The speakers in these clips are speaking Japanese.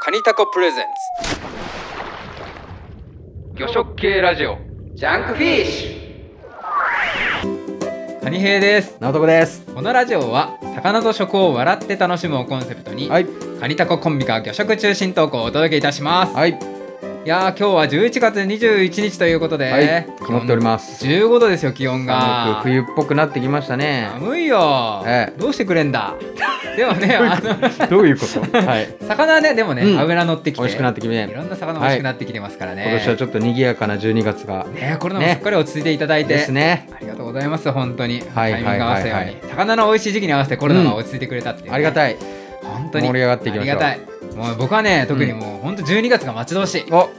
カニタコプレゼンツ魚食系ラジオジャンクフィッシュカニ兵です直徳です。このラジオは魚と食を笑って楽しむをコンセプトに、はい。カニタココンビが魚食中心トークをお届けいたします、い、はい。やー今日は11月21日ということで、はい。曇っております。 15度ですよ気温寒がく冬っぽくなってきましたね。寒いよ、ええどうしてくれんだでも ねあのどういうこと はい。魚はねでもね、うん脂乗ってきて美味しくなってきていろんな魚美味しくなってきてますからね、今年はちょっと賑やかな12月が。ねコロナもすねっかり落ち着いていただいて、ですね。ありがとうございます本当に、はいはいタイミング合わせように、はいはい魚の美味しい時期に合わせてコロナが落ち着いてくれたっていうね、ありがいたい。本当に盛り上がっていきましあょうりがたいもう僕はね特にもう、本当12月が待ち遠しいお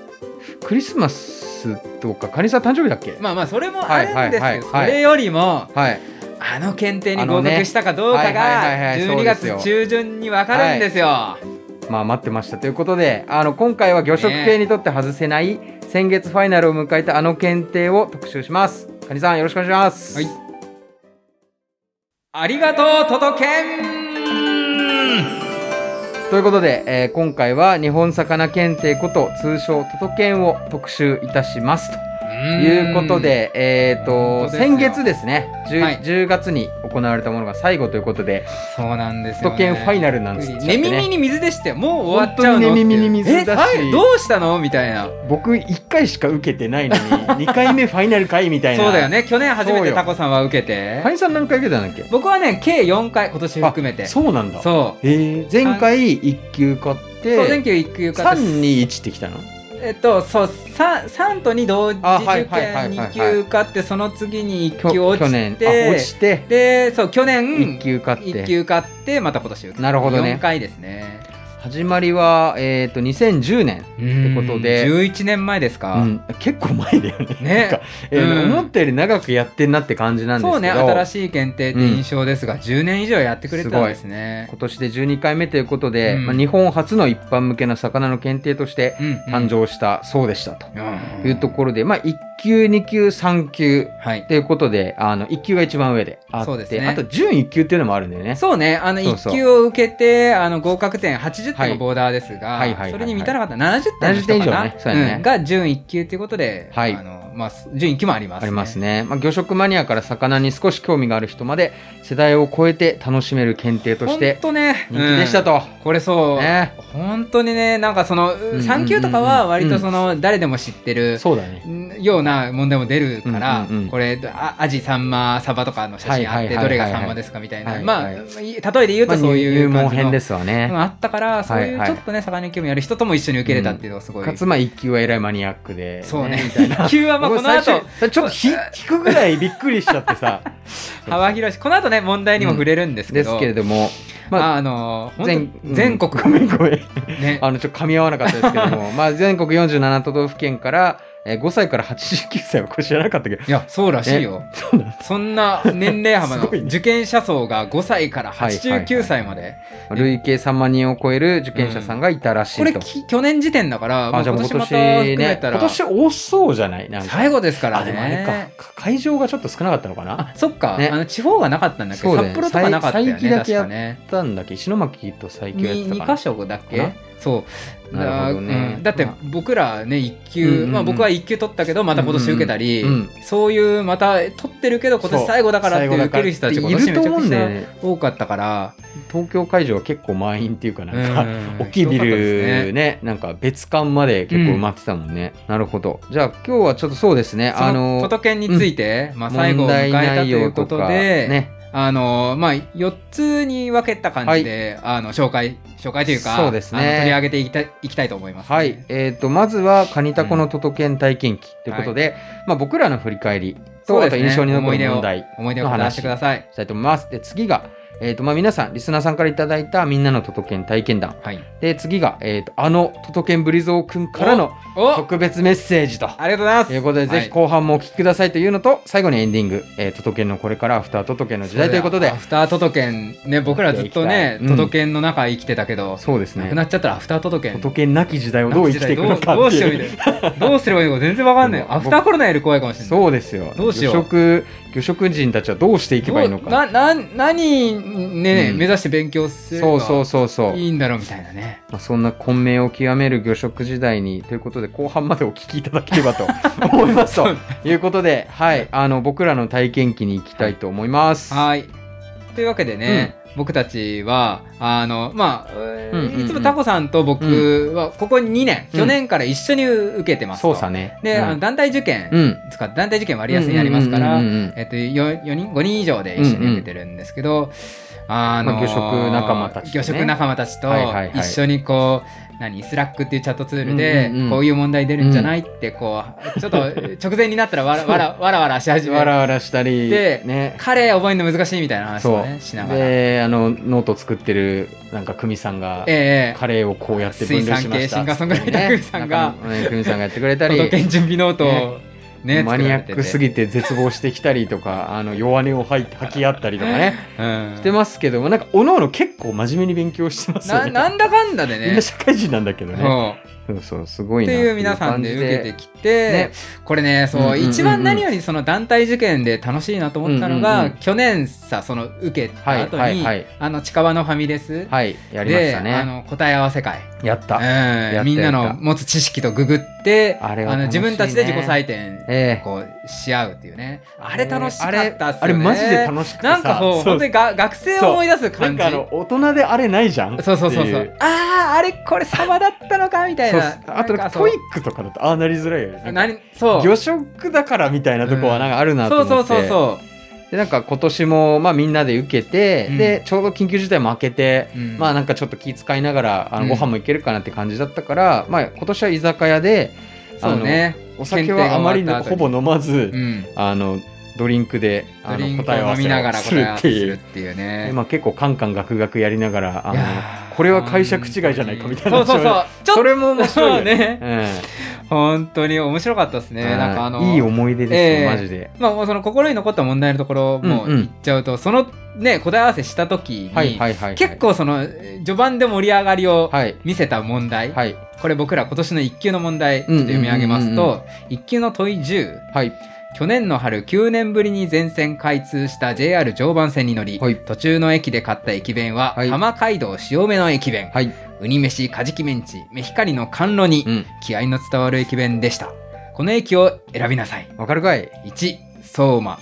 クリスマスとか、カニさん誕生日だっけまあまあそれもあるんですけど、はいはいはいはいそれよりもはい。あの検定にあの合ね格したかどうかはいはいがはいはい12そうで月す中旬に分かるんですよ。まあ待ってましたということであの今回は魚食系にとって外せない、先月ファイナルを迎えたあの検定を特集しますカニさんよろしくお願いしますはいありがとうととけんということで、えー今回は日本魚検定こと通称トトケンを特集いたしますとということで、えっ、本と、当ですよ先月ですね10、はい10月に行われたものが最後ということで、そうなんですよ、都ね。県ファイナルなんですって寝耳に水でしたよ。もう終わっちゃうの。本当に寝耳に水だしえはいどうしたのみたいな。僕1回しか受けてないのに、2回目ファイナル回みたいな。そうだよ。ね。去年初めそうてよタコさんは受けてカ。ニさん何回受けたんだっけ僕はね、計4回、今年含めて。あそそうなんだ。う。う。そう。えー、前回1級買って、全級1級か3、2、1ってきたのえっと、そう、3, 三と2同時あ受はい験はいはいはいはい2級受かって、その次に1級去落去ち年。て、あ、落ちて、で、そう、去年1級買って。 1級受かって、また今年受けなるほどね4回ですね。始まりは、えっ、と、2010年。ってことで11年前ですか。うん、結構前だよね。ねなんかえーうん思ったより長くやってんなって感じなんですけど。そうね新しい検定って印象ですが、10年以上やってくれてたんですね今年で12回目ということで、うんまあ、日本初の一般向けの魚の検定としてうん誕生したそうでしたとうんいうところで、まあ、1級2級3級はいということであの1級が一番上であってそうですねあと準1級っていうのもあるんだよね。そうねあのそうそう1級を受けてあの合格点80点はのいボーダーですが、はいはいはいはいそれに満たなかった70点の人かな70点以上ねそうやねんが準1級ということで、はいあのまあ、準1級もあります、ありますね、まあ、魚食マニアから魚に少し興味がある人まで世代を超えて楽しめる検定とほしんてとね人気でした、と、うんこれそう、ね本当にねなんかそのんうん3級とかは割とその誰でも知ってるそうだねような問題も出るから、うんうんうんこれあアジサンマサバとかの写真あってはいはいはいはいどれがサンマですかみたいな、はいまあはい例えで言うまとあそうい入う門感じの、編ですわね、もあったからそういはいうはいちょっとね魚に興味ある人とも一緒に受けれたっていうのはすごい、かつまあ1級はえらいマニアックで、そうねみたい な急はまあこ僕の最初後ちょっとひ引くぐらいびっくりしちゃってさ幅広いしこの後ね問題にも触れるんですけ でど、すけれども、まあまあ、あの本当全に全国ごめんごめんね あのちょっと噛み合わなかったですけど もまあ全国47都道府県から、えー、5歳から89歳はこれ知らなかったけどいやそうらしいよそんな年齢幅のすごいね受験者層が5歳から89歳まで、累計3万人を超える受験者さんがいたらしい、ことれき去年時点だからもうあじゃあ今もう年ま今た年含めねたら今年多そうじゃないなんか最後ですからねあでもあれかか会場がちょっと少なかったのかなあっあそっか、ねあの地方がなかったんだっけそうだよ札幌とかなかったよねさい佐伯だけ確やかねたんだっけ石巻と最強やってた 2, か2な箇所だっかけなそうだなるほどねうんだってまあ僕らね1級、うんうんうんまあ、僕は1級取ったけどまた今年受けたり、うんうんそういうまた取ってるけど今年最後だからってそう受ける人たち今最後年だからっていめるちと思うんだよゃくちねゃ多かったから東京会場は結構満員っていうかなんか、うん大きいビひどかったですねルねなんか別館まで結構埋まってたもんね、なるほどじゃあ今日はちょっとそうですねあそのの都道県について、まあ、最後を問迎え題たと内いう容こととでかねあのまあ、4つに分けた感じで、あの紹介紹介というかそうですねあの取り上げていきたいいきたいと思いますね、はいえー、とまずはカニタコの都道県体験記ということで、まあ、僕らの振り返りそうでと、あすとね印象に残る問題思い出を語らせてくださいしたいと思いますで次が、えーとまあ、皆さんリスナーさんからいただいたみんなの都道県体験談はいで次が、えー、とあの都道県ブリゾーくんからのおあ特別メッセージとりがとうございますということで、ぜひ後半もお聞きくださいというのと、最後にエンディング、えー、トトケンのこれからアフタートトケンの時代ということでア、フタートト県ね僕らずっとねうんトト県の中生きてたけど、そうですなねく、なっちゃったらアフタートトト県トケンなき時代をどう生きていくのかどうどっうてしようみいう。たいなどうすればいいのか全然わかんない 僕アフターコロナより怖いかもしれないそうですよ。どうしよう魚食、魚食人たちはどうしていけばいいのどうか。なな何ねね、うん目指して勉強すればそうそうそうそういいんだろうみたいなねまあ、そんな混迷を極める魚食時代にということで後半までお聞きいただければと思いますということで、はい、あの僕らの体験記に行きたいと思います。はいというわけでね、僕たちはあのまあ、えーうんうんうんいつもタコさんと僕はここ2年、去年から一緒に受けてますとそうさね。で、うんあの団体受験、うん、使って団体受験割安になりますから、うんうんうんうんうんえっと、4, 人5人以上で一緒に受けてるんですけど、あのまあ魚食仲間たちとね魚食仲間たちとはいはいはい一緒にこう何スラックっていうチャットツールでうんうんうんこういう問題出るんじゃないってこうちょっと直前になったらわらわらわらわらし始めわるらわらしたり、でね、彼覚えるの難しいみたいな話をそねうしながら。えであのノート作ってるなんか久美さんが、えカレーをこうやって分類しました水産系シンガーソングライター久美さんが中野ね久美さんがやってくれた り都道県準備ノートをねマニアックすぎて、て絶望してきたりとかあの弱音を吐い吐き合ったりとかねうんしてますけどもなんかおのおの結構真面目に勉強してますよなねなんだかんだでみんねな社会人なんだけどねそうそうそうすごいっなていう皆さんで受けてききて、ねこれねそう,、うんうんうんうん一番何よりその団体受験で楽しいなと思ったのが、うんうんうん去年さその受けた後に、はいはいはいあの近場のファミレス、はいやりましで、たあねの答え合わせ会、やったやったやうったん、みんなの持つ知識とググってあれはの楽し自い分ねたちで自己採点ええこうし合うっていうねあれ楽しかったっすよねあれあれマジで楽しくてさなんかこうそう本当にが学生を思い出すなん感じかあの大人であれないじゃんそうそうそうってそいうあああれこれ様だったのかみたいそうなそうあとなんかそうトイックとかだとああなりづらいよねなんか何そう魚食だからみたいなとこはなんかあるなとそ思うって、そうそうそでなんか今年も、まあ、みんなで受けて、うんでちょうど緊急事態も明けて、う、うんまあなんかちょっと気遣いながらあうのんご飯もいけるかなって感じだったから、まあ今年は居酒屋であそうのねお酒はあまり検定が終わった後のほぼ飲まず、うんあのドリンクであドのリンク答え合をわ飲みながせらをする答え合わっせてすいるっう。ていうでねまあ、結構カンカンガクガクやりながらあいやのーこれは解釈違いじゃないかみたいなそうそうそ話をうちょっとそれも 面白いよね ねうん本当に面白かったですねなんかあのいい思い出ですえね、えマジで。まあもうその心に残った問題のところもうんうん言っちゃうとそのね答え合わせした時はいにはいはいはい、結構その序盤で盛り上がりをはい見せた問題はいこれ僕ら今年の1級の問題ちょっと読み上げますうんうんうと1級の問い10はい去年の春9年ぶりに全線開通した JR 常磐線に乗り、はい途中の駅で買った駅弁は、はい浜街道塩目の駅弁、はい、ウニ飯カジキメンチメヒカリの甘露に、うん、気合の伝わる駅弁でしたこの駅を選びなさいわかるかい。 1相馬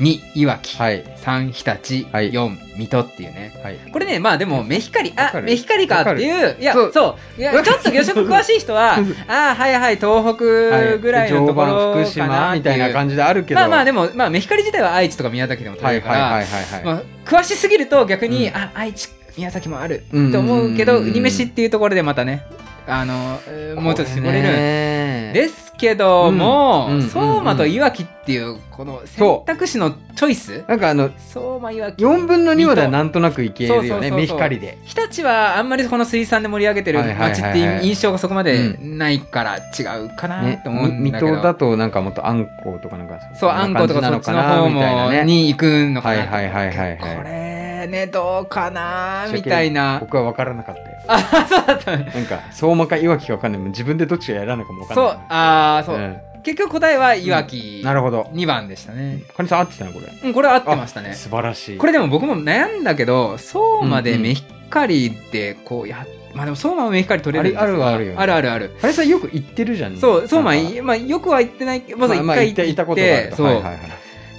2いわき、はい3日立、はい4水戸っていうねはい。これねまあでもメヒカリわかあるメヒカリかっていういやそそうういやちょっと魚食詳しい人 はああはいはい東北ぐらいのところかなってはいい、う常磐福島みたいな感じであるけど。まあまあでも、まあ、メヒカリ自体は愛知とか宮崎でも取はれいるかはいはらいはいはい。まあ詳しすぎると逆に、うんあ愛知宮崎もあるうんと思うけど、うんウニ飯っていうところでまたねあの、えーもうちょっと絞れる。るですけども、うんうんうんうん相馬といわきっていうこの選択肢のチョイスなんかあの相馬いわき4分の2まではなんとなくいけるそようそうそうねそう目光で。日立はあんまりこの水産で盛り上げてるはいはいはいはい街っていう印象がそこまでないから違うかなねと思う、んみだ水けど、戸だとなんかもっとあんことかなんかそうあんことかそっちの方みたいなもね。に行くのかはないと思ってはいはいはいこはい。れねどうかなみたいな僕は分からなかったよ。 あそうだったなんか相馬かいわきか分かんないもん自分でどっちがやらないかも分かんそなうい。あーそう、ん結局答えはいわき、なるほど。 2番でしたね、カニさん合ってたのこれ。うん、これ合ってましたね素晴らしい。これでも僕も悩んだけどそうまうんでうん目光でこうやまあでもそうまは目光取れるんですあれあるはあるよねあるあるあるカニさんよく行ってるじゃん。そうそうまあなんかいまあよくは言ってないけどまず一ああ回行って,、いたことがあるとそう、はいはいはい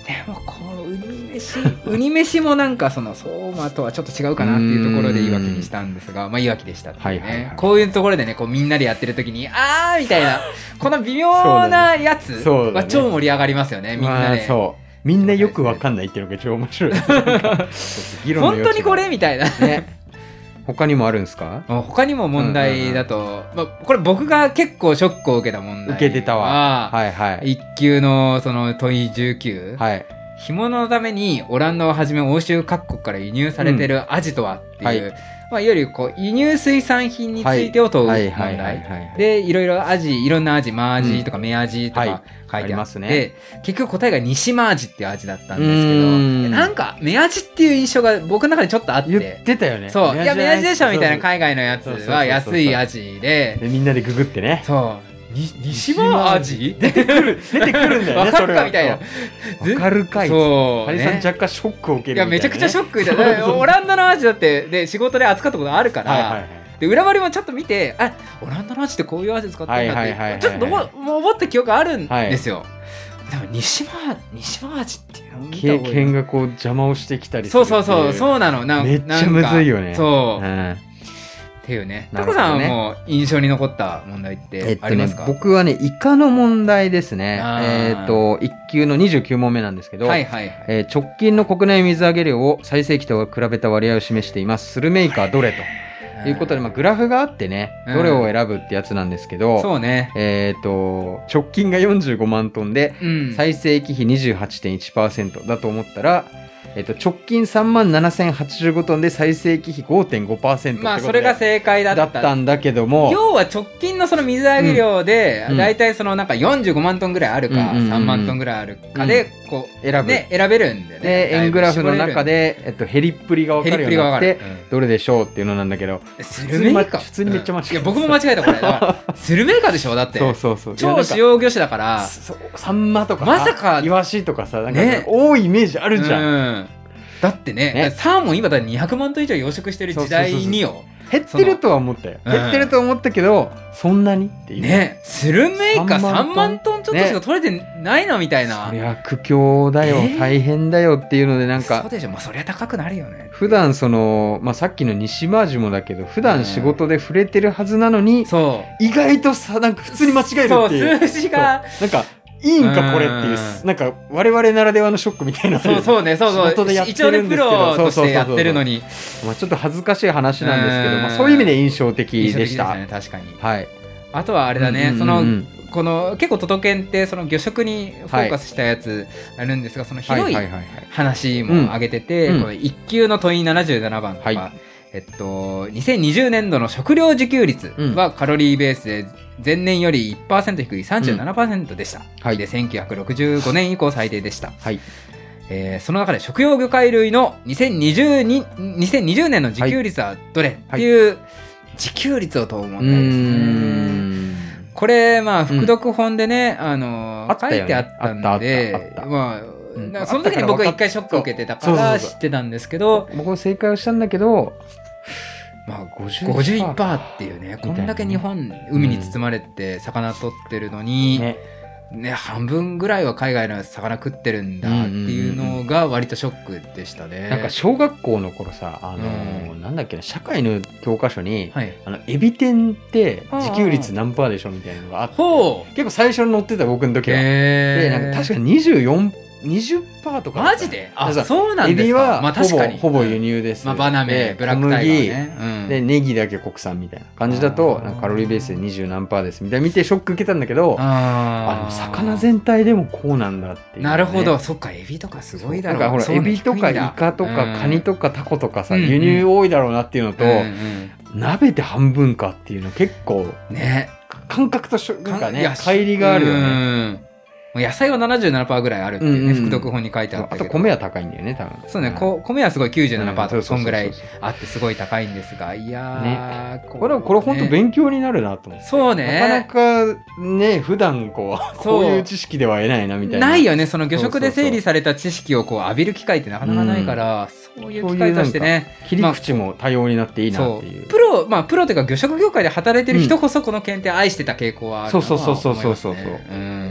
でもこのウニ飯ウニ飯もなんかその相馬とはちょっと違うかなっていうところでいわきにしたんですがまあいわきでしたっていうね、はいはいはいこういうところでねこうみんなでやってる時にあーみたいなこの微妙なやつそうだねそうだはね超盛り上がりますよねみんなまあで、そうみんなよくわかんないっていうのが超面白い議論の本余地が当にこれみたいなね他にもあるんですかもう他にも問題だと、まあ、これ僕が結構ショックを受けた問題受けてたわははいはい一級のその問い19、はい干物のためにオランダをはじめ欧州各国から輸入されてるアジとはっていう、はいいまあ、いわゆるこう輸入水産品についてを問う問は題、いはいはいはいでいろいろアジいろんなアジマアジとかメアジとはいか書いてあって、ありますね結局答えが西マアジっていうアジだったんでうすけーどんなんかメアジっていう印象が僕の中でちょっとあっ言てってたよねそういやメアジでしょみたいな感海外のやつは安いアジでじみんなでググってね そうに西マアジ出てくる出てくるんだよねわかそれるかはみたいなわかるかいそう、ハリね、さん若干ショックを受けいるやめちゃくちゃショックだだから オランダのアジだってで仕事で扱ったことあるから、はいはいはいで裏割りもちょっと見てあオランダのアジってこういうアジ使ってんだって、はいはいはいはいちょっともうもう思った記憶あるんですよ、でも西マ西マアジって経験ががこう邪魔をしてきたりすそるうそうそううそうなのなんめっちゃなんかむずいよねそう、っんていうねタなるほコどねさんはもう印象に残った問題っえってとありまねすか、、僕はね、イカの問題ですね。あーえっと、1級の29問目なんですけど、はいはいはいえー直近の国内水揚げ量を最盛期と比べた割合を示しています。スルメイカはどれということで、まあ、グラフがあってね、どれを選ぶってやつなんですけど、そうねえっと、直近が45万トンで、うん最盛期比28.1%だと思ったら、えっと、直近3万7085トンで最盛期比5.5%ってことでまあそれが正解だだっったたんだけども要は直近のその水揚げ量で、うん大体そのなんか45万トンぐらいあるか、うんうんうんうん3万トンぐらいあるかで、こう選ぶ、ね選べるんだよねで円グラフの中で、えっと、減りっぷりが分ヘかリるッよプリがうになわっかるて、どれでしょうっていうのなんだけどうんスルメイ普通にカま普通にめっちゃ間違えたいや僕も間違えたこれだ からスルメイカでしょだってそうそうそういや超なんか主要魚種だからそうサンマとかまさかイワシとかさなんか、ね多いイメージあるじゃん、うんだってねねサーモン今だって200万トン以上養殖してる時代によ減ってるとは思ったようん減ってると思ったけど、そんなにっていうねスルメイカ3 3万万トンちょっとしか取れてないなみたいな、そりゃ苦境だよ、ね大変だよっていうのでなんそうかでしょまあそりゃ高くなるよね普段その、まあ、さっきの西マージもだけど普うん段仕事で触れてるはずなのに、そう意外とさなんか普通に間違えるっていうそう数字がそうなんかいいんかこれっていううんなんか我々ならではのショックみたいなそうそうね、そうそう。仕事でやって一応ね、るんプですけどロとしそうそうそうそてうやってるのに。まあ、ちょっと恥ずかしい話なんですけど、うんまあ、そういう意味で印象的でし印象た。的ですね確かに。はい、あとはああれだね、その、この、結構都道県って、その魚食にフォーカスしたやつあるんですが、その広いはいはいはいはい話も上げてて、うんこの一級の問い77番とか、はいえっと、2020年度の食料自給率はカロリーベースで前年より1%低い37%でした、はいで1965年以降最低でした、はいえーその中で食用魚介類の2020に2020年の自給率はどれ、はいっていう自給率を問う問題でうすね。ーんこれまあ副読本でね、あのあった書よねいてあったんあったあっでたあったまあんなんかその時に僕は一回ショックを受けてたからそうそうそうそう知ってたんですけど僕も正解をしたんだけど、まあ50 51%っていうねこんだけ日本海に包まれて魚取ってるのに、ねね半分ぐらいは海外の魚食ってるんだっていうのが割とショックでしたね。なんか小学校の頃さ、あのーうなんだっけな、社会の教科書に、はい、あのエビ天って自給率何パーでしょみたいなのがあって、ほう結構最初に載ってた僕の時は。へで、なんか確か24、20%とか。マジであだからそうなんエですビかはまあほ確ぼかにほぼ輸入です。まあ、バナメでブラックタイガー小ね、麦うんでネギだけ国産みたいな感じだとあーなんかカロリーベースで二十何パーですみたいな見てショック受けたんだけどああでーも魚全体でもこうなんだっていうね、なるほど、そっかエビとかすごいだろうなんかほそらうエねビとか低いイんだカとかうんカニとかタコとかさうん輸入多いだろうなっていうのとうんうん鍋で半分かっていうの結構ね感覚としょなんかね乖離りがあるよね野菜は77%ぐらいあるっていうね、うんうん副読本に書いてあったあけどと米は高いんだよね多分そうね、んこ米はすごい97%んとか、そんぐらいそうそうそうあってすごい高いんですがいやー、そうこれこれ本当強勉強になるなと思ってそうねなかなかね普段こうそうこういう知識では得ないなみたいなないよねその魚そうそ食うそでう整理された知識をこう浴びる機会ってなかなかないから、そういう機会としてね切り口も多様になっていいなっていう。プロまあプロというか魚食業界で働いてる人こそこの検定愛してた傾向はあるなとは思いますねそうそうそうそうそうそうん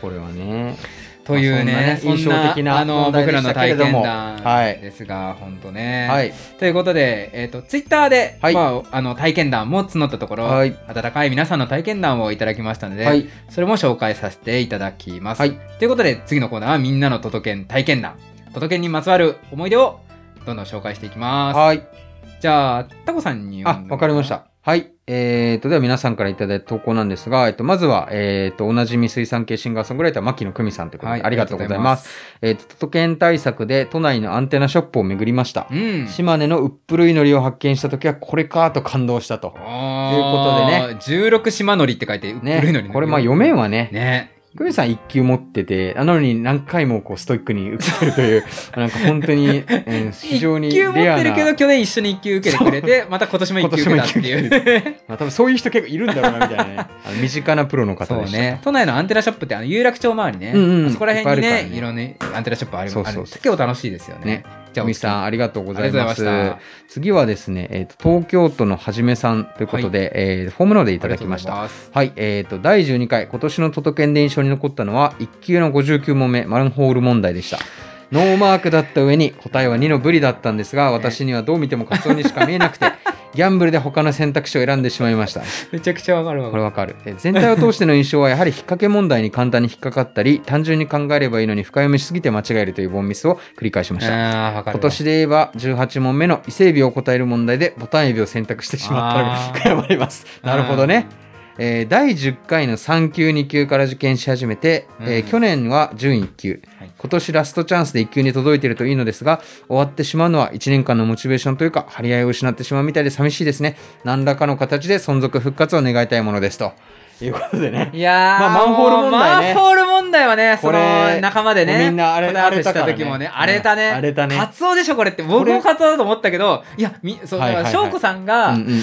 これはね。というね,、まあそんなねそんな印象的なあの問題僕でらしのたけ体れど験も談ですが本当ね、はい。ということで、えー、とツイッターで、はいまあ、あの体験談も募ったところ、はい温かい皆さんの体験談をいただきましたので、はい。それも紹介させていただきます。はいということで次のコーナーはみんなの都道県体験談都道県にまつわる思い出をどんどん紹介していきます。はい。じゃあタコさんに読んでもらう、あわかりまし。た。はい。えーと、では皆さんからいただいた投稿なんですが、えっと、まずは、えーと、おなじみ水産系シンガーソングライター、牧野久美さんということで、はい、ありがとうございます。す。えっと、都都県対策で都内のアンテナショップを巡りました。うん。島根のうっぷるいのりを発見したときは、これかと感動したと。とということでね。16島のりって書いて、うっぷね。るいのりねこれ、まあ、読めんわね。ね。クミさん一級持ってて、なのに何回もこうストイックに受けてるという、 なんか本当に、うん非常に一級持レっアてるな。けど去年一緒に一級受けてくれてまた今年も一級受けたって今年もいう まあ多分そういう人結構いるんだろうな、みたいな ね。あの身近なプロの方そうでした。ね都内のアンテナショップってあの有楽町周りね、うんうんあそこら辺にいっぱいあねるいかろんなアンテナショップありますそうそうそうあれ結構楽しいですよねねじゃあクミさん、あありがとうごりざがというございまましす。た次はですね、えーと、東京都のはじめさんということで、えーフォームのでいただきましありた。がとうございますはい、えー、と第12回今年の都道県で印象に残ったのは1級の59問目マンホール問題でしたノーマークだった上に答えは2のブリだったんですが私にはどう見てもカツオにしか見えなくてギャンブルで他の選択肢を選んでしまいましためちゃくちゃわかるわこれわかるえ全体を通しての印象はやはり引っ掛け問題に簡単に引っかかったり単純に考えればいいのに深読みしすぎて間違えるというボンミスを繰り返しましたあーわかる今年で言えば18問目の伊勢海老を答える問題でボタンエビを選択してしま ったのが悔やまれますなるほどねえー第10回の3級2級から受験し始めて、えーうん去年は準1級はい今年ラストチャンスで1級に届いてるといいのですが終わってしまうのは1年間のモチベーションというか張り合いを失ってしまうみたいで寂しいですね何らかの形で存続復活を願いたいものですということでねいやー、まあマンホール問題ねもうマンホール問題はね、そこれの仲間でね、みんなあれ答え合わせしあたれたからね時もね、荒れたね、うん荒れたねカツオでしょ、これって、僕もカツオだと思ったけど、いや、みそう、はだいかはいはらい翔子さんが、うんうんうん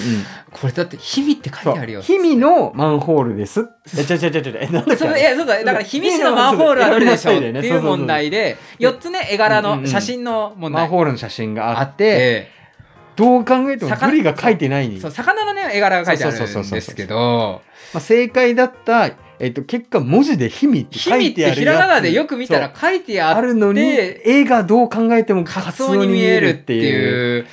これだって、秘密って書いてあるよ。そう日々のマンホールですえちょちょちょちょえなんだっそれいけやそうだだから秘密のマンホールはどれでしょうっていう問題で4つね絵柄うんうんうのん写真の問マン題ホールの写真がああってってどう考えても魚グリが書いてないに、そまう魚のね絵柄が書いてあるそうそうそうそんうそうですけどあ、正解だった、えっと結果文字で「ひみ」って書秘い密ってあてるひらがなでよくく見たら書いてああっるのにて絵がどう考えてもカカツツオオにに見見ええるるっってていういう。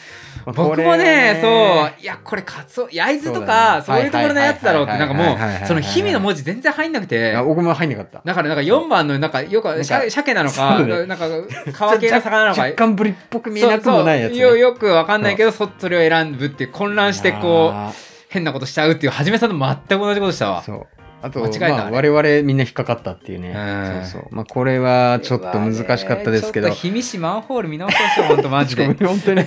まあこ僕れもはね、そう、いや、これカツオ、焼津とか、そそううだねいうところのやつだろうって、はいなはんいかはいはいもはいはいはう、いその日々の文字全然入んなくていや、僕も入んなかっただからなんか4番の、なんか、よく、なん鮭か鮭なのか、そうだねなんか、皮系の魚なのか、若干ぶりっぽく見えなくもないやつね、そうそうよよくわかんないけど、そっそれを選ぶっていう、混乱して、こう、あ変なことしちゃうっていう、はじめさんと全く同じことしたーわ。そうあと間違えたまああ我々みんな引っかかったっていうねうんそうそうまあこれはちょっと難しかったですけどちょっと、氷見市マンホール見直してほしいよ、ほんと、マジ で。本当に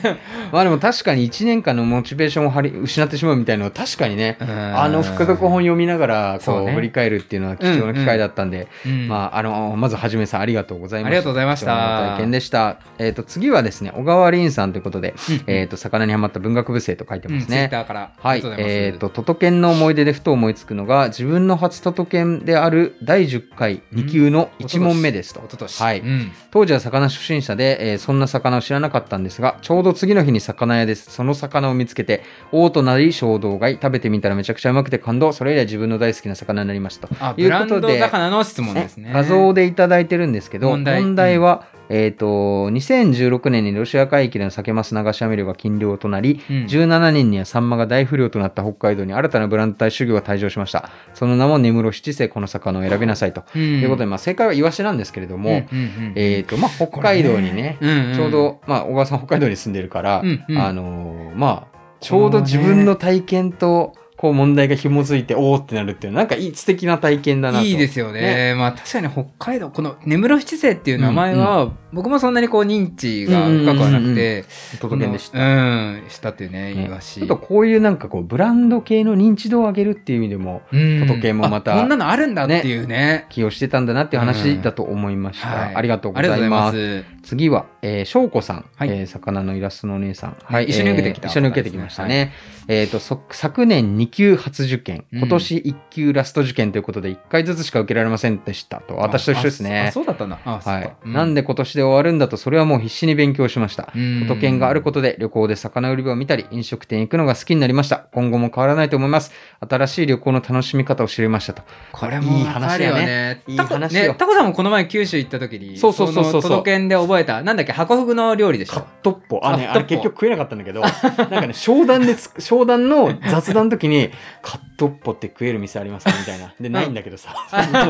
まあでも確かに1年間のモチベーションを張り失ってしまうみたいなのは確かにねああの副読本読みながらこそううね振り返るっていうのは貴重な機会だったんで、うんまあ、あのまずはじめさんありがとうございましたありがとうございました貴重な体験でした、えー、と次はですね小川凛さんということで、えー、と魚にハマった文学部生と書いてうん、まツすイッね、ターから。はありがい、とうございまえっ、すと、都都県の思い出でふと思いつくのが、自分の初都都県である第10回2級の1問目ですと。おととし。はいうん当時は魚初心者で、えーそんな魚を知らなかったんですがちょうど次の日に魚屋ですその魚を見つけて王となり衝動買い食べてみたらめちゃくちゃうまくて感動それ以来自分の大好きな魚になりましたとあ、いブうラこンとドで魚の質問ですね。画像でいただいてるんですけど問題問題は、えー、と2016年にロシア海域でのサケマス流し網漁が禁漁となり、うん17年にはサンマが大不漁となった北海道に新たなブランド体主義が誕生しましたその名も根室七世この魚を選びなさいと、とといいうことで、まあ、正解はイワシなんですけれども、うんうんえーとまあ、北海道にね、うんうんうんちょうど、まあ、小川さん北海道に住んでるから、うんうんあのーまあちょうど自分の体験とこう問題が紐づいておおってなるっていうなんかいい素敵な体験だなといいですよねまあ確かに北海道この根室七世っていう名前は、僕もそんなにこう認知が深くはなくて届けでした、このうんしたっていうねねイワシちょっとこういうなんかこうブランド系の認知度を上げるっていう意味でもうん届けもまたあこんなのあるんだっていうね起用してたんだなっていう話だと思いました、はいありがとうございますす次は、えー、しょうこさん、はいえー魚のイラストのお姉さん、はい一緒に受けてきたえー一緒に受けてきましたね。えっ、と、そ昨年2級初受験、うん今年1級ラスト受験ということで、1回ずつしか受けられませんでしたと、私と一緒ですああね。そうだったんだあそうはかい、うんなんで今年で終わるんだと、それはもう必死に勉強しました。うん都都県があることで旅行で魚売り場を見たり飲食店行くのが好きになりました今後も変わらないと思います新しい旅行の楽しみ方を知りましたとこれもいいわか話るよだね。いいタコ話よねタコさんもこの前九州行った時に、そうそうそうそうそうの都道県で覚えた、なんだっけ、ハコフグの料理でしカッょ。トっぽ。あ,、ね、カッあトっぽれ結局食えなかったんだけど、なんかね、商談でつ、商談の雑談の時に、カットっぽって食える店ありますかみたいな。で、ないんだけどさ。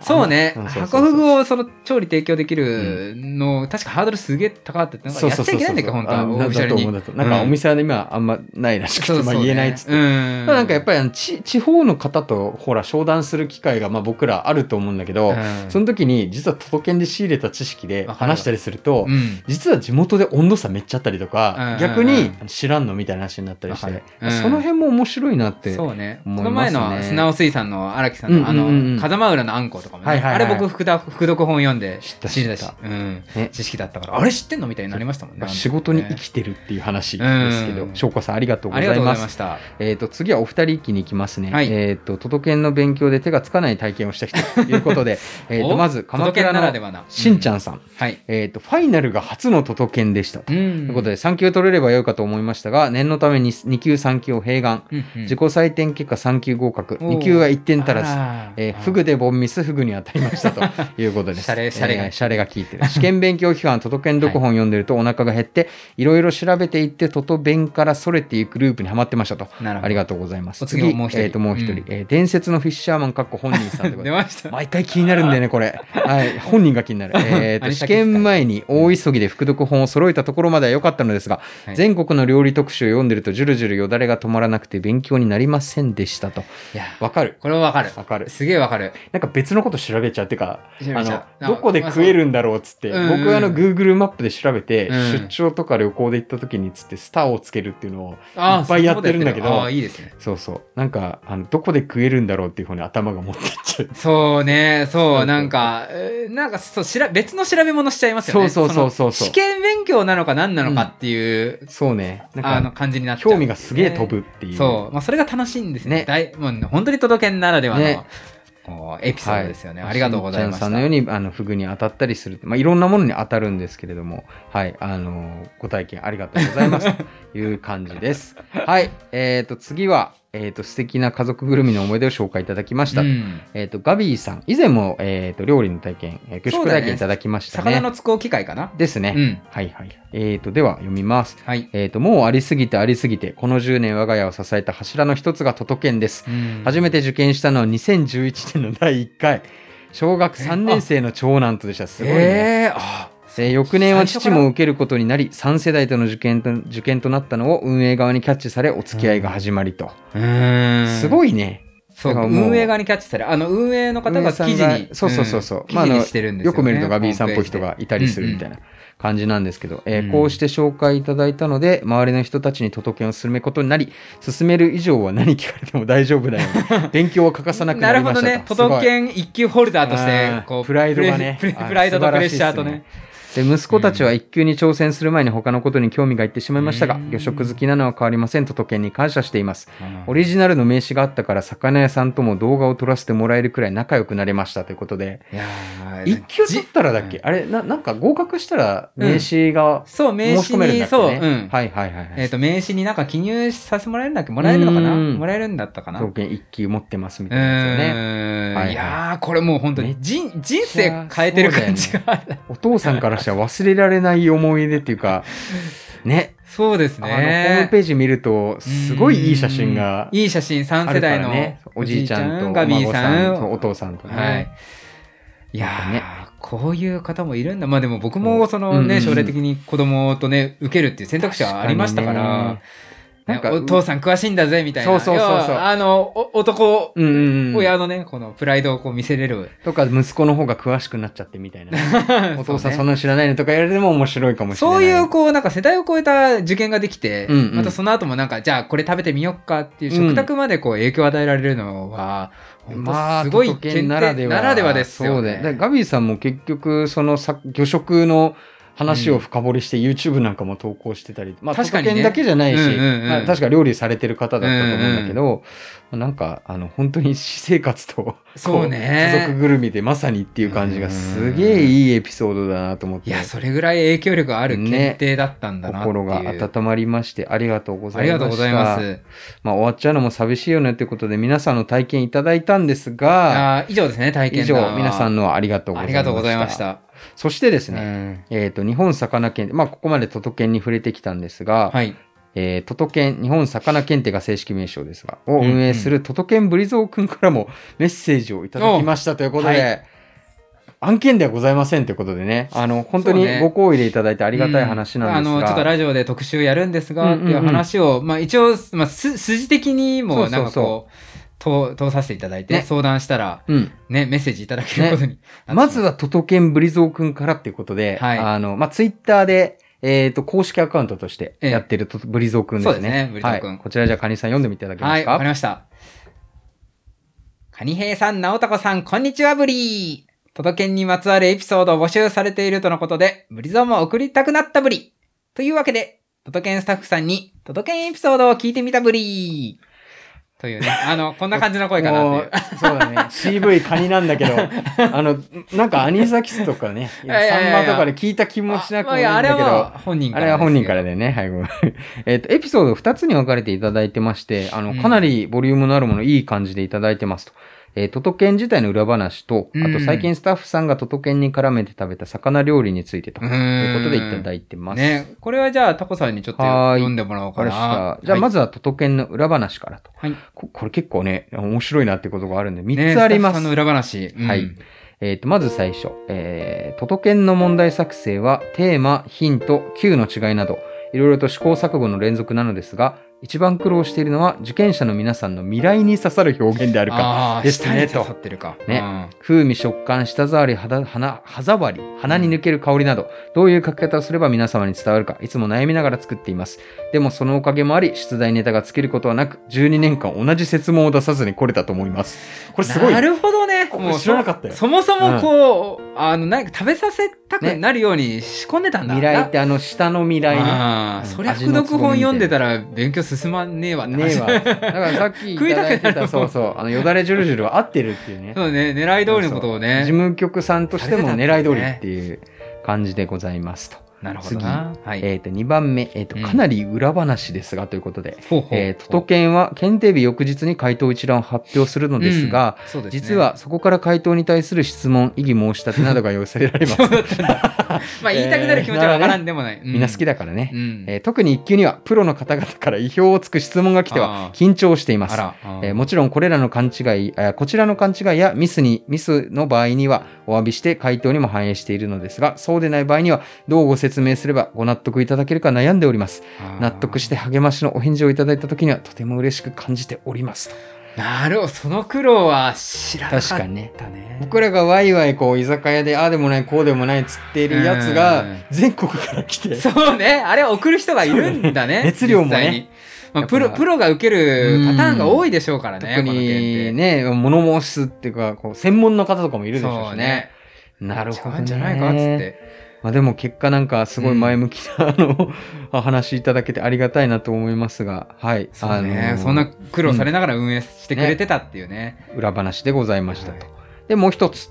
そうね、あのんハそうコそうフそうグをその調理提供できるの、確かハードルすげえ高かったって、なんかそうやそっうちゃそういけないんだっけ、本当は、あオフィシャルに。だと思うだとなんかお店はね、今あんまないらしくて、まあ言えないっつって。そうそうねうん、なんかやっぱぱりあのち地方の方とほら商談する機会がまあ僕らあると思うんだけど、うんその時に実は都道県で仕入れた知識でわかる話したりすると、うん、実は地元で温度差めっちゃあったりとか、うん逆うんに知らんのみたいな話になったりして、わかるうんその辺も面白いなって。そうね。思こいのま前すねの砂直水産の荒木さんの、あうんうんうんの、風間浦のあんこうとかもね。はいはいはいあれ僕、福田、福読本読んで、知った知った知ったうんね知識だったから、あれ知ってんのみたいになりましたもんね。まあ仕事にね生きてるっていう話ですけうど、ん翔子さんありがとうごあざりがいとうごまざいま。すした。えー、と次はお二人一気に行きますね、はいえー、と都道県の勉強で手がつかない体験をした人というこ とでえーとおまず鎌倉都道県ならでのはな。しんちゃうん。んさん、はい。えー、とファイナルが初の都道県でした、とういんうことで3級取れればよいかと思いましたが念のために2級3級を併願、うんうん自己採点結果3級合格おー2級が1点足らずあえーフグでボンミスフグに当たりました ということです。シャレシャレがえーシャレが効いてる。試験勉強期間、都道県読本読んでるとお腹が減って、い、ろいろ調べていって、都道弁からそれていくループにはまってましたと。なるほどありがとうございます。お次ももう一人えーともう一人、うんえー伝説のフィッシャーマンかっこ本人さん ってこと出ました。毎回気になるんだよね、これ。はい、本人が気に なる。えーとあれ試験前に大急ぎで副読本を揃えたところまでは良かったのですが、はい全国の料理特集を読んでると、じゅるじゅるよだれが止まらなくて勉強になりませんでしたと。いや、わかるこれはわかる。わかる。すげえわかる。なんか別のこと調べちゃうっていうか、調あべちゃうのどこで食えるんだろうっつって、まあそう僕はあのうん Google マップで調べて、うん出張とか旅行で行った時につってスターをつけるっていうのをあーいっぱいやってるんだけどそういうことやってるあー、いいですね。そうそうなんかあのどこで食えるんだろうっていう方に頭が持っていっちゃう。そうね、そうそそうう、なんか、えーなんか、そう、しら、別の調べ物しちゃいますよそうね。そうそそうそうのそう試験勉強なのか何なのかっていう、そうねなんかあの、感じになっちゃう。興味がすげえ飛ぶっていう、ね。そう、まあ、それが楽しいんですね。ね大、もうね、本当に届けんならではの、ねこうエピソードですよね。ありがとうございましんしちゃた。んさんのようにあのフグに当たったりする、まあ、いろんなものに当たるんですけれども、はい、あのご体験ありがとうござ いますという感じです。はい、えー、と次は、えー、と素敵な家族ぐるみの思い出を紹介いただきました。うんえー、とガビーさん、以前も、えー、と料理の体験、えー、魚そう食だね体験いただきましたね。魚のつこう機会かな。ですね。うん。はいはい。えー、とでは読みます。はい。えー、ともうありすぎてありすぎて、この10年我が家を支えた柱の一つが都都県です。初めて受験したのは2011年の第1回小学3年生の長男とでしたすごいね、えーあで翌年最は初父からも受けることになり3世代との受験と受験となったのを運営側にキャッチされお付き合いが始まりと、ーうーんすごいねそうだからもう運営側にキャッチされあの運営の方運営がさん記が事にそうそうそうそうん記まああ事のにしてるんですよ、よねく見るとガビーさんっぽホいームペ人ージでがいたりするみたいな感じなんですけど、えーうんこうして紹介いただいたので周りの人たちに届けを進めることになり進める以上は何聞かれても大丈夫だよ 勉強を欠かさなくなりましたとなるほどね都すご道い県一級ホルダーとしあてーこうプライドがねプレあープライドとプレッシャーとねで息子たちは一級に挑戦する前に他のことに興味がいってしまいましたが、うん魚食好きなのは変わりませんと都県に感謝していますうんオリジナルの名刺があったから魚屋さんとも動画を撮らせてもらえるくらい仲良くなれましたということでいやー一級取ったらだっけ、じあれななんか合格したら名刺がそう名申し刺込めるんにだっけ、ねそう、うんはいはいはいはい、えっ、と名刺になんか記入させてもらえるんだっけもらえるのかなうんもらえるんだったかな都県一級持ってますみたういなやつよねーんはいはいいやーこれもう本当めにっ人人生変えてる感じがあるお父さんからしたら忘れられない思い出ってい うかねそうですねあのホームページ見るとすごいいい写真がいい写真3世代の、ね、おじいちゃんとおガビ孫ーささんんとお父さんとね、はい、いやー、ねこういう方もいるんだまあでも僕そもうそうんのうんうんね将来的に子供とね受けるっていう選択肢はありましたから確かにねななんんかかお父さん詳しいんだぜみたいなそうそうそうそ要うはあのお男うんうんうん、親のねこのプライドをこう見せれるとか息子の方が詳しくなっちゃってみ たいなお父さんそんなの知らないのとかやれても面白いかもしれないそういうこうなんか世代を超えた受験ができて、うんうんまたその後もなんかじゃあこれ食べてみよっかっていう食卓までこう影響を与えられるのは、ほんとまあすごい都都県ならではならではですよ、ね。そうでだからガビーさんも結局そのさ魚食の話を深掘りして YouTube なんかも投稿してたり、まあ確かにね都都県だけじゃないし、うんうんうんまあ確か料理されてる方だったと思うんだけど、まあなんかあの本当に私生活とそうねこう家族ぐるみでまさにっていう感じがすげえいいエピソードだなと思っていや、それぐらい影響力があるね決定だったんだなっていう。心が温まりましてありがとうござあいましりたがとうございます。まあ、終わっちゃうのも寂しいよねということで皆さんの体験いただいたんですがあー以上ですね、体験以上皆さんののはありがとうございましたありがとうございました。そしてですうね、んえっ、と日本魚検定まあここまで都都県に触れてきたんですが、はい。えー、都都県日本魚検定が正式名称ですがうをんうん運営する都都県ブリゾー君からもメッセージをいただきましたということで、おは案件ではございませんということでねあの本当そにうねご好意でいただいてありがたい話なんですが、うあの、ちょっとラジオで特集やるんですが、っていう話を、まあ一応、まあ、す筋的にも、なんかこう、通通させていただいて、ね相談したら、うん、ね、メッセージいただけることになってしっまずは、トトケンブリゾー君からっていうことで、はいあの、まあ、ツイッターで、えっ、と、公式アカウントとしてやってると、ブリゾーくんですね。そうですねブリゾー君はいこちらじゃあ、カニさん読んでみていただけまはすい、か。わかりました。カニヘイさん、ナオタコさん、こんにちは、ブリー。届けにまつわるエピソードを募集されているとのことで、ブリゾーも送りたくなったブリ。というわけで、届けんスタッフさんに、届けんエピソードを聞いてみたブリ。と いうね、あの、こんな感じの声かなっていう。もうそうだね。CV カニなんだけど、あの、なんかアニサキスとかね、サン いやいやいやマとかで聞いた気もしなくもないんあまあいやあれだけはど、まあ本人かあられは本人からででね、はい、ごめん。 えっと、エピソード2つに分かれていただいてまして、あうんの、かなりボリュームのあるもの、いい感じでいただいてますと。えー、トトケン自体の裏話と、あうとん最近スタッフさんがトトケンに絡めて食べた魚料理についてとういんうことでいただいてます。ね、これはじゃあ、タコさんにちょっとはい読んでもらおうわかかりな。ました。じゃあ、まずはトトケンの裏話からと。はい、はい。ここれ結構ね、面白いなってことがあるんで、ね3つありまスタッフさんすの。裏話。うんはいえー、とまず最初、えー、都都県の問題作成はテーマ、ヒント、Q の違いなどいろいろと試行錯誤の連続なのですが一番苦労しているのは受験者の皆さんの未来に刺さる表現であるかああ、です下ねに刺さってるか。ねうん風味食感舌触り肌鼻歯触り鼻に抜ける香りなどどういう書き方をすれば皆様に伝わるかいつも悩みながら作っていますでもそのおかげもあり出題ネタが尽きることはなく12年間同じ説問を出さずに来れたと思いますこれすごいなねるほどね。もう知らなかったよ。そもそもこう、あの、なんか食べさせたくなるように仕込んでたんだ。未来ってあの下の未来ねああ、うんそりゃ味副の読つぼ本みみたいな読んでたら勉強進まねえわってねえ話 わ。だからさっきいた食だいいたてくなるた、そうそう、あの、よだれじゅるじゅるは合ってるっていうね。そうね、狙い通りのことをね事。務局さんとしてもされてた狙んいだね通りっていう感じでございますと。なるほどな。はい。えっ、と、2番目、えっ、と、うんかなり裏話ですが、ということで、ほうほうえー都都県は検定日翌日に回答一覧を発表するのですが、、うんそうですね実はそこから回答に対する質問、異議申し立てなどが寄せら れます。まあ言いたくなる気持ちはわからんでもない。みんな好きだ。だからね。うん。えー特に1級には、プロの方々から意表をつく質問が来てあーは緊張していますあ。ら。あーえーもちろんこれらの勘違い、えーこちらの勘違いやミスに、ミスの場合にはお詫びして回答にも反映しているのですが、そうでない場合にはどうご説明すればご納得いただけるか悩んでおります。納得して励ましのお返事をいただいた時にはとても嬉しく感じておりますと。なるほど、その苦労は知らなかった確かにねね。僕らがワイワイこう居酒屋でああでもないこうでもないっつっているやつうがん全国から来て、そうね、あれ送る人がいるんだね。 熱量もね実際に。まあ、やっぱプロプロが受けるパターンが多いでしょうからね、こ特の検に定。ね、物申すっていうか、こう専門の方とかもいるでしょうそうしねね。。なるほど、違うね。んじゃないかっつって。まあでも結果なんかすごい前向きな、あの お話いただけてありがたいなと思いますが、はい、そうね、あのそんな苦労されながら運営してくれてたっていうね。裏話でございましたと。はで、もう一つ。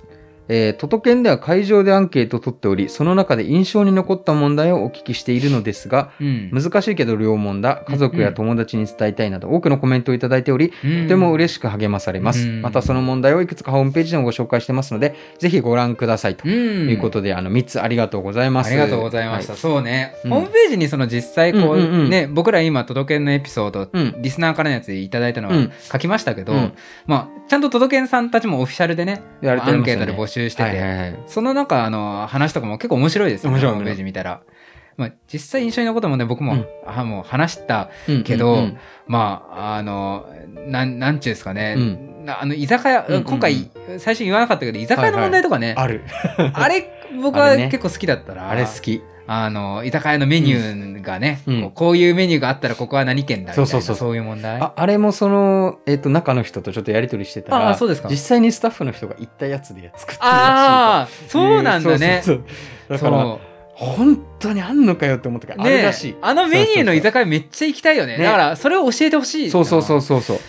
えー、都都県では会場でアンケートを取っており、その中で印象に残った問題をお聞きしているのですが、うん。難しいけど両問だ、家族や友達に伝えたいなど多くのコメントをいただいており、ととても嬉しく励まされます。うんまたその問題をいくつかホームページでもご紹介してますので、ぜひご覧くださいうととん。いうことで、あの3つありがとうございます。ありがとうございました。はそうね、うんホームページにその実際こう、うんうんうんね、僕ら今届けんのエピソード、うんリスナーからのやついただいたのうはん書きましたけど、うんまあちゃんと届けんさんたちもオフィシャルでね、いやられてアますよンねケートで募集してて、はいはいはいその中あの話とかも結構面白いですよね。面白いホームページ見たら。まあ、実際印象に残ったもんね、僕も、うんあもう話した、うんけどうんうんまあ、あの、なん、なんちゅうんですかね、うんなあの、居酒屋、うんうんうん今回、最初言わなかったけど、居酒屋の問題とかね、ある。あれ、僕あはれね結構好きだったら、あれ好き。あの、居酒屋のメニューがね、うんこうこういうメニューがあったらここは何県だみたいな、そうそうそういう問題。ああれもその、えっと中の人とちょっとやり取りしてたらあそうですか実際にスタッフの人が行ったやつで作ってるらしいとあー、そうなんだね。そうそうそうだからそう本当にあんのかよって思ったけど、あねるらしい。あのメニューの居酒屋めっちゃ行きたいよね。ねだから、それを教えてほしい。そうそうそうう。そうそう。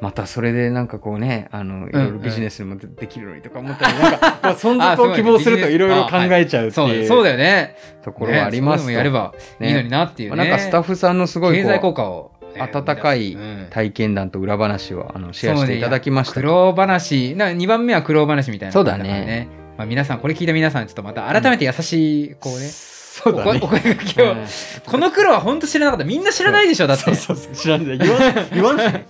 またそれでなんかこうね、あの、いろいろビジネスにもでできるのにとか思ったり、なんかこう 存あすごい続を希望するといろいろ考えちゃうってそういそううだよね。ところはありますねと。そういうのもやればいいのになっていうまね。あなんかスタッフさんのすごい経済効こう果をね、温かいうん体験談と裏話をあのシェアしていただきました苦。労話な2番目は苦労話みたいなそうだね感じからまあ、皆さんこれ聞いた皆さんちょっとまた改めて優しいこうね、そうだ お声ねお声掛けを、うんこの苦労は本当知らなかったみんな知らないでしょだってそうそうそう知らない言わない言わないま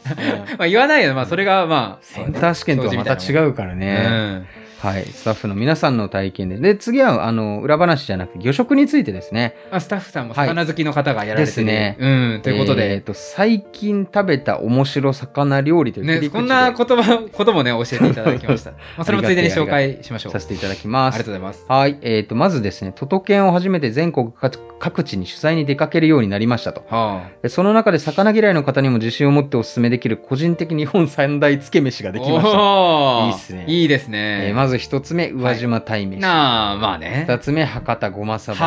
あ、言わないよまあそれがまあセンター試験とはまた違うからうね、んはい、スタッフの皆さんの体験で。で、次は、あの、裏話じゃなくて、魚食についてですね。あスタッフさんもはい魚好きの方がやられてる、ですねうん、ということえーで、と、最近食べた面白魚料理という切ね、り口こでんな言葉 こともね、教えていただきました。まあ、それもついでに紹介しましょう。あさりせていただきます。がとうございます。はい、えー、とまずですね、都都県をはじめて全国各各地に取材に出かけるようになりましたと。はでその中で魚嫌いの方にも自信を持ってお勧めできる個人的日本三大つけ飯があ、できました。おーいいっすねいいですね。えーまず一つ目、宇和島鯛飯。なあ、まあね。二つ目、博多ごまさはば。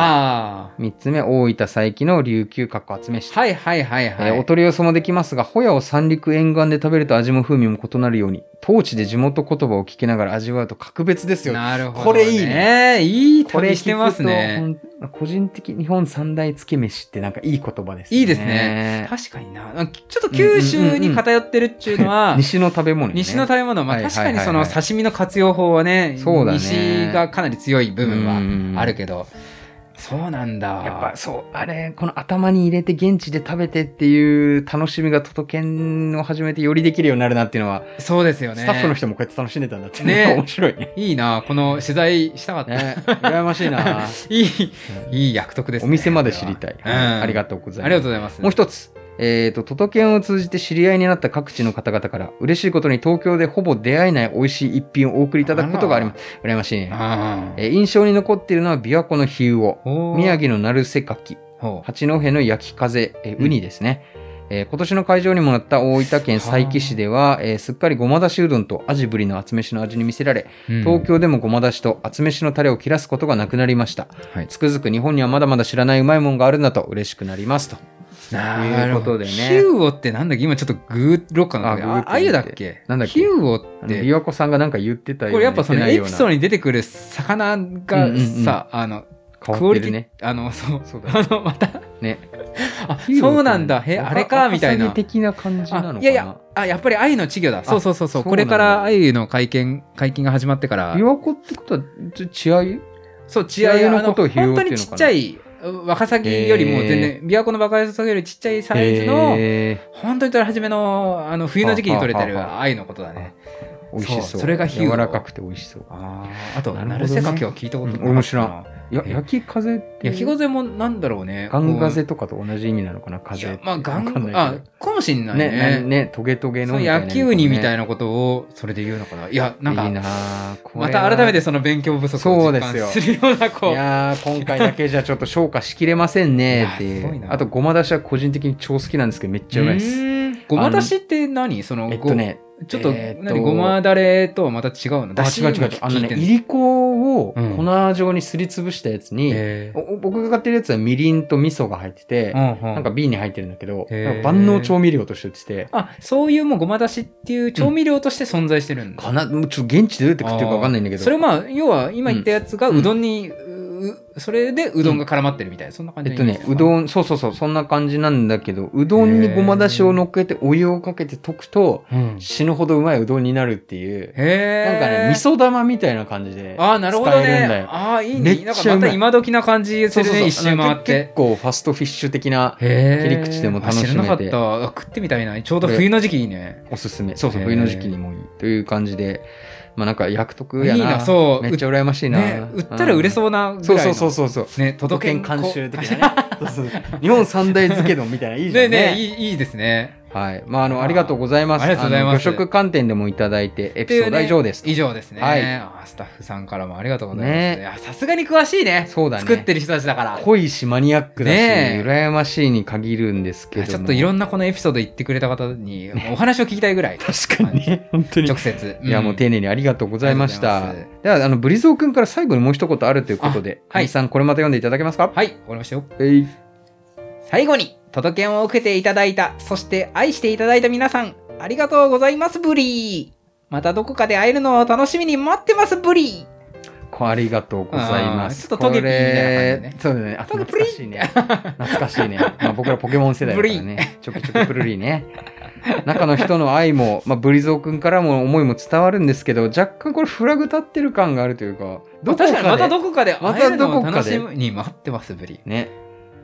あ。三つ目、大分佐伯の琉球かっこ集め飯。はいはいはいはい。えーお取り寄せもできますが、ホヤを三陸沿岸で食べると味も風味も異なるように、当地で地元言葉を聞きながら味わうと格別ですよ。なるほど、ね。これいいね。いいこれ旅してますね。聞くと。ほん個人的日本三大つけ飯ってなんかいい言葉ですね。いいです ね。。確かにな。なんかちょっと九州に偏ってるっていうのは、 西の食べ物、ね。西の食べ物、まあはいはい確はいかはいにその刺身の活用法はね、そうだね西がかなり強い部分分はあるけど、そうなんだ。やっぱそう、あれ、この頭に入れて現地で食べてっていう楽しみが都都県を始めてよりできるようになるなっていうのは、そうですよね。スタッフの人もこうやって楽しんでたんだって、ね面白いね。いいな、この取材したかった。 ね、羨ましいな。いい、いい役得です おね。店まで知りたい。これはうん、ありがとうございありまがすと。うございます。もう一つ、えー、と、都都県を通じて知り合いになった各地の方々から、嬉しいことに東京でほぼ出会えない美味しい一品をお送りいただくことがあります。羨ましいね。ああえー印象に残っているのは琵琶湖の比喩を、おー宮城の鳴瀬かき、ほう八戸の焼き風、えーうんウニですね。えー今年の会場にもなった大分県佐伯市では、えーすっかりごまだしうどんとアジブリの厚飯の味に見せられ、うん東京でもごまだしと厚飯のタレを切らすことがなくなりました、はいつくづく日本にはまだまだ知らないうまいもんがあるんだと嬉しくなりますとなるほどということでねヒューオってなんだっけ今ちょっとグーロッカーなんだけど、あグーってああゆだっけなんだっけヒューオあっの琵て、琶湖さんがなんか言ってたようなこれやっぱそのエピソードーに出てくる魚がさ、あの、ドクオリティ、ねあの、そう、そうだねあの、また、ねあ、そうなんだ、へ、あれか、みたいなワカサギ。的な感じなのかあないやいや、あ、やっぱりアユの稚魚だ。そうそうそうそう。そうこなんだれからアユの会見、解禁が始まってから琵、琶湖ってことはち血合いそう、稚ア稚アユユのあのことをヒューオ本っ当ていうのかなにちっちゃい、ワカサギよりも全然、琵琶湖のワカサギよりちっちゃいサイズの、へ本当に取れ始めのあの冬の時期に取れてるはあはあはアユのことだね。ー美味しそうそうそれが比喩柔らかくて美味しそうああと、なるほどね鳴瀬かきは聞いたことなかったうん面白いな。いや焼き風って焼き風もなんだろうね。ガンガゼことかと同じ意味なのかなうい風やまあ、ガわかんンないあけど、かもしんないねねね。ねトゲトゲのそう野球ににみたいなことをそれで言うのかな。いや、なんいいか、なあこれはまた改めてその勉強不足を実そうで感すするような、こ。いうやー今回だけじゃちょっと消化しきれませんねっていいやすごいうなあとごまだしは個人的に超好きなんですけどめっちゃうまいですうんごまだしって何その、えっとねごちょっと、えーっと何ごまだれとはまた違うのあだし違う違う違うあのねいりこをうん粉状にすりつぶしたやつに、えおお僕が買ってるやつはみりんと味噌が入ってて、ななんか瓶に入ってるんだけど、へーなんか万能調味料として売っててあそういうもうごまだしっていう調味料として存在してるんだ、かなもうちょっと現地でどうやって食ってるか分かんないんだけどそれまあ要は今言ったやつがうんうどんに、ううそれでうどんが絡まってるみたいなそんな感じえっとね、うどん、そうそうそう、そんな感じなんだけど、うどんにごまだしを乗っけてお湯をかけて溶くと、ん死ぬほどうまいうどんになるっていう、へえなんかね、味噌玉みたいな感じで。ああなるほど使えるんだねよああいいめねっなんちかゃうままいた今時な感じすそうるそうねそう一周回っあの結て構ファストフィッシュ的なへえ切り口でも楽しめてあ知らなかったあ食ってみたいなちょうど冬の時期いいねおすすめ。そうそう、へー冬の時期にもいいという感じで、まあなんか役得やいな。いなそうめっちゃ羨ましいな。ね売ったら売れうそうなぐらいん。のそうそうそうそうそう。ね都道届け県ん監修的なね。 そうそう日本三大漬け丼みたいな、いいじゃねんねね。いいいいですねはい。まああの、ありがとうございます。ありがとうございますあの魚食観点でもいただいて、エピソードは以上です。以上ですね、はいあスタッフさんからもありがとうございます、ねいやさすがに詳しいねそうだね作ってる人たちだから濃いしマニアックだし、ねえ羨ましいに限るんですけどもちょっといろんなこのエピソード言ってくれた方 にお話を聞きたいぐらい確かにね本当に直接、いやもう丁寧寧にありがとうございましあたりがとうございまではあのブリゾー君から最後にもう一言あるということであはいカニさんこれまた読んでいただけますかはいわかりましたよえい最後に届けを受けていただいたそして愛していただいた皆さんありがとうございますブリーまたどこかで会えるのを楽しみに待ってますブリーこうありがとうございまあーすちょっとトゲピーみたいな感じでねこれそうだねあトゲプ懐リかしいね懐かしいね、まあ、僕らポケモン世代だからねちょきちょきプルリね中の人の愛も、まあ、ブリゾー君からも思いも伝わるんですけど若干これフラグ立ってる感があるというかどこか確かにまたでどこかで会えるのを楽しみに待ってますブリーね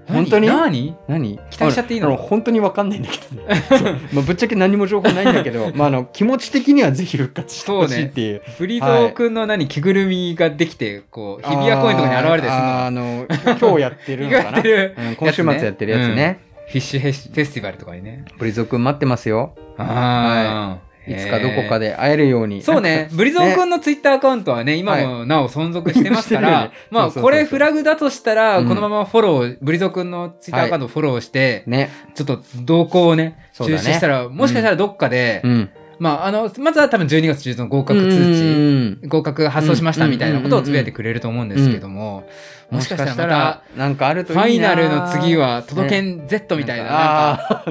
本当に何何期待しちゃっていいのああ本当に分かんないんだけど、ねそうまあ、ぶっちゃけ何も情報ないんだけ ど、まあ、あの気持ち的にはぜひ復活してほしいっていうブリゾー君の何着ぐるみができて、こう、日比谷公園とかに現れたりするあーあの今日やってるのの意外か やなってる。うん今週末やってるやつね、フィッシュフェスフェスティバルとかにね。ブリゾー君待ってますよああ、いつかどこかで会えるようにへ ー。そうね、ブリゾー君のツイッターアカウントはね、今もなお存続してますから、はいしてるよねま そあ、うそうそうそうこれフラグだとしたら、うんこのままフォロー、ブリゾー君のツイッターアカウントをフォローして、ねちょっと動向をね、そう中だ止ねしたら、もしかしたらどっかで、うんまあ、あの、まずは多分12月中の合格通知。知合格発送しましたみたいなことをつぶやいてくれると思うんですけども、ももししかかししたたららなんかあるまたとファいイいなナルの次は届けん Z みたいななんか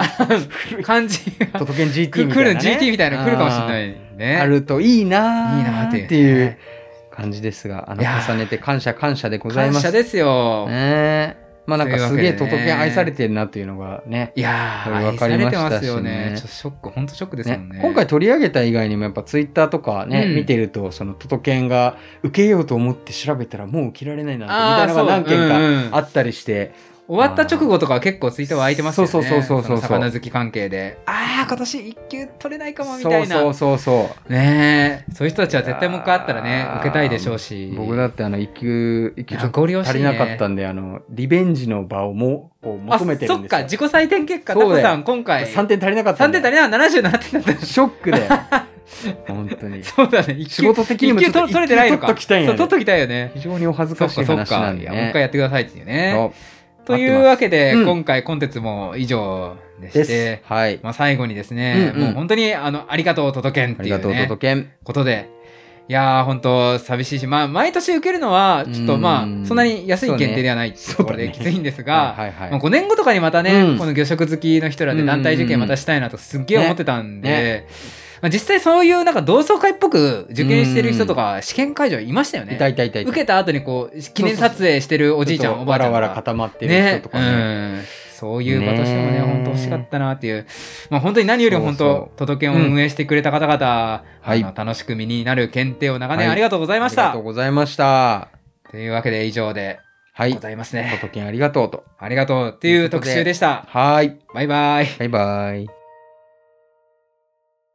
あ 感じー が届けん GT くみ来たるいな、ね、 GT みたいなの来るかもしれいないあね。ーあるといいなーいいなーっていうっていう感じですがあのいやー重ねて感謝感謝でござい感ます謝ですよ。ねまあなんかすげえというわけでね届けん愛されてるなっていうのがねいやこれー、愛分かさりれまてしたしねますよね。ちょっとショック、本当ショックですもんね。今回取り上げた以外にもやっぱツイッターとかね、うん見てるとその都都県が受けようと思って調べたらもう受けられないなんてみあたーいなのが何件そうかうんうんあったりして、終わった直後とかは結構ツイッターは空いてますよね。そうそうそうそうそうの魚好き関係で。ああ、今年一級取れないかもみたそういな。そうそうそねえ、そういう人たちは絶対もう一回あったらねいや、ー受けたいでしょうし。う僕だってあの一級一級ちょっとご利用し足てりねなかったんで、あのリベンジの場をもうこうあ、求めてるんそっですか、よ自己採点結果、タそうコだよさん、今回。 3点足りなかった3んで点足りない77点だっショックで 本当にた。そうだね、一級仕事的にも一ちょ級っと取取れてないのか。一級取っときたいんやねそう取っときたいよね。非常にお恥ずそかっしいか、そっ話なか。んでいやもう一ね回やってくださいっていうね。そというわけで、うん今回コンテンツも以上でうでしすて、はいまあ、最後にですね、うんうんもう本当にあのありがとう届けんっあてりいがう、とうね、届けんことで。いやー本当寂しいし、まあ、毎年受けるのはちょっとうんまあそんなに安い限定ではないっていうところで そうねきついんですが、はいはいまはあ、い5年後とかにまたね、うんこの魚食好きの人らで団体受験またしたいなとすっげえ思ってたんで、ねまあ、実際そういうなんか同窓会っぽく受験してる人とか試験会場いましたよね。いたいたいたいた受けた後にこう記念撮影してるおじいちゃんそうそうおばあちゃんがわらわら固まってる人とかねうん、そういう場としてもねね本当欲しかったなっていう、まあ、本当に何よりも本そう当そう届けを運営してくれた方々、はいあの楽しく身になる検定を長年はいありがとうございました、ありがとうございましたというわけで以上ではいございますね、ことけんありがとうとありがとうっていう特集でしたはいバイバイバイバイ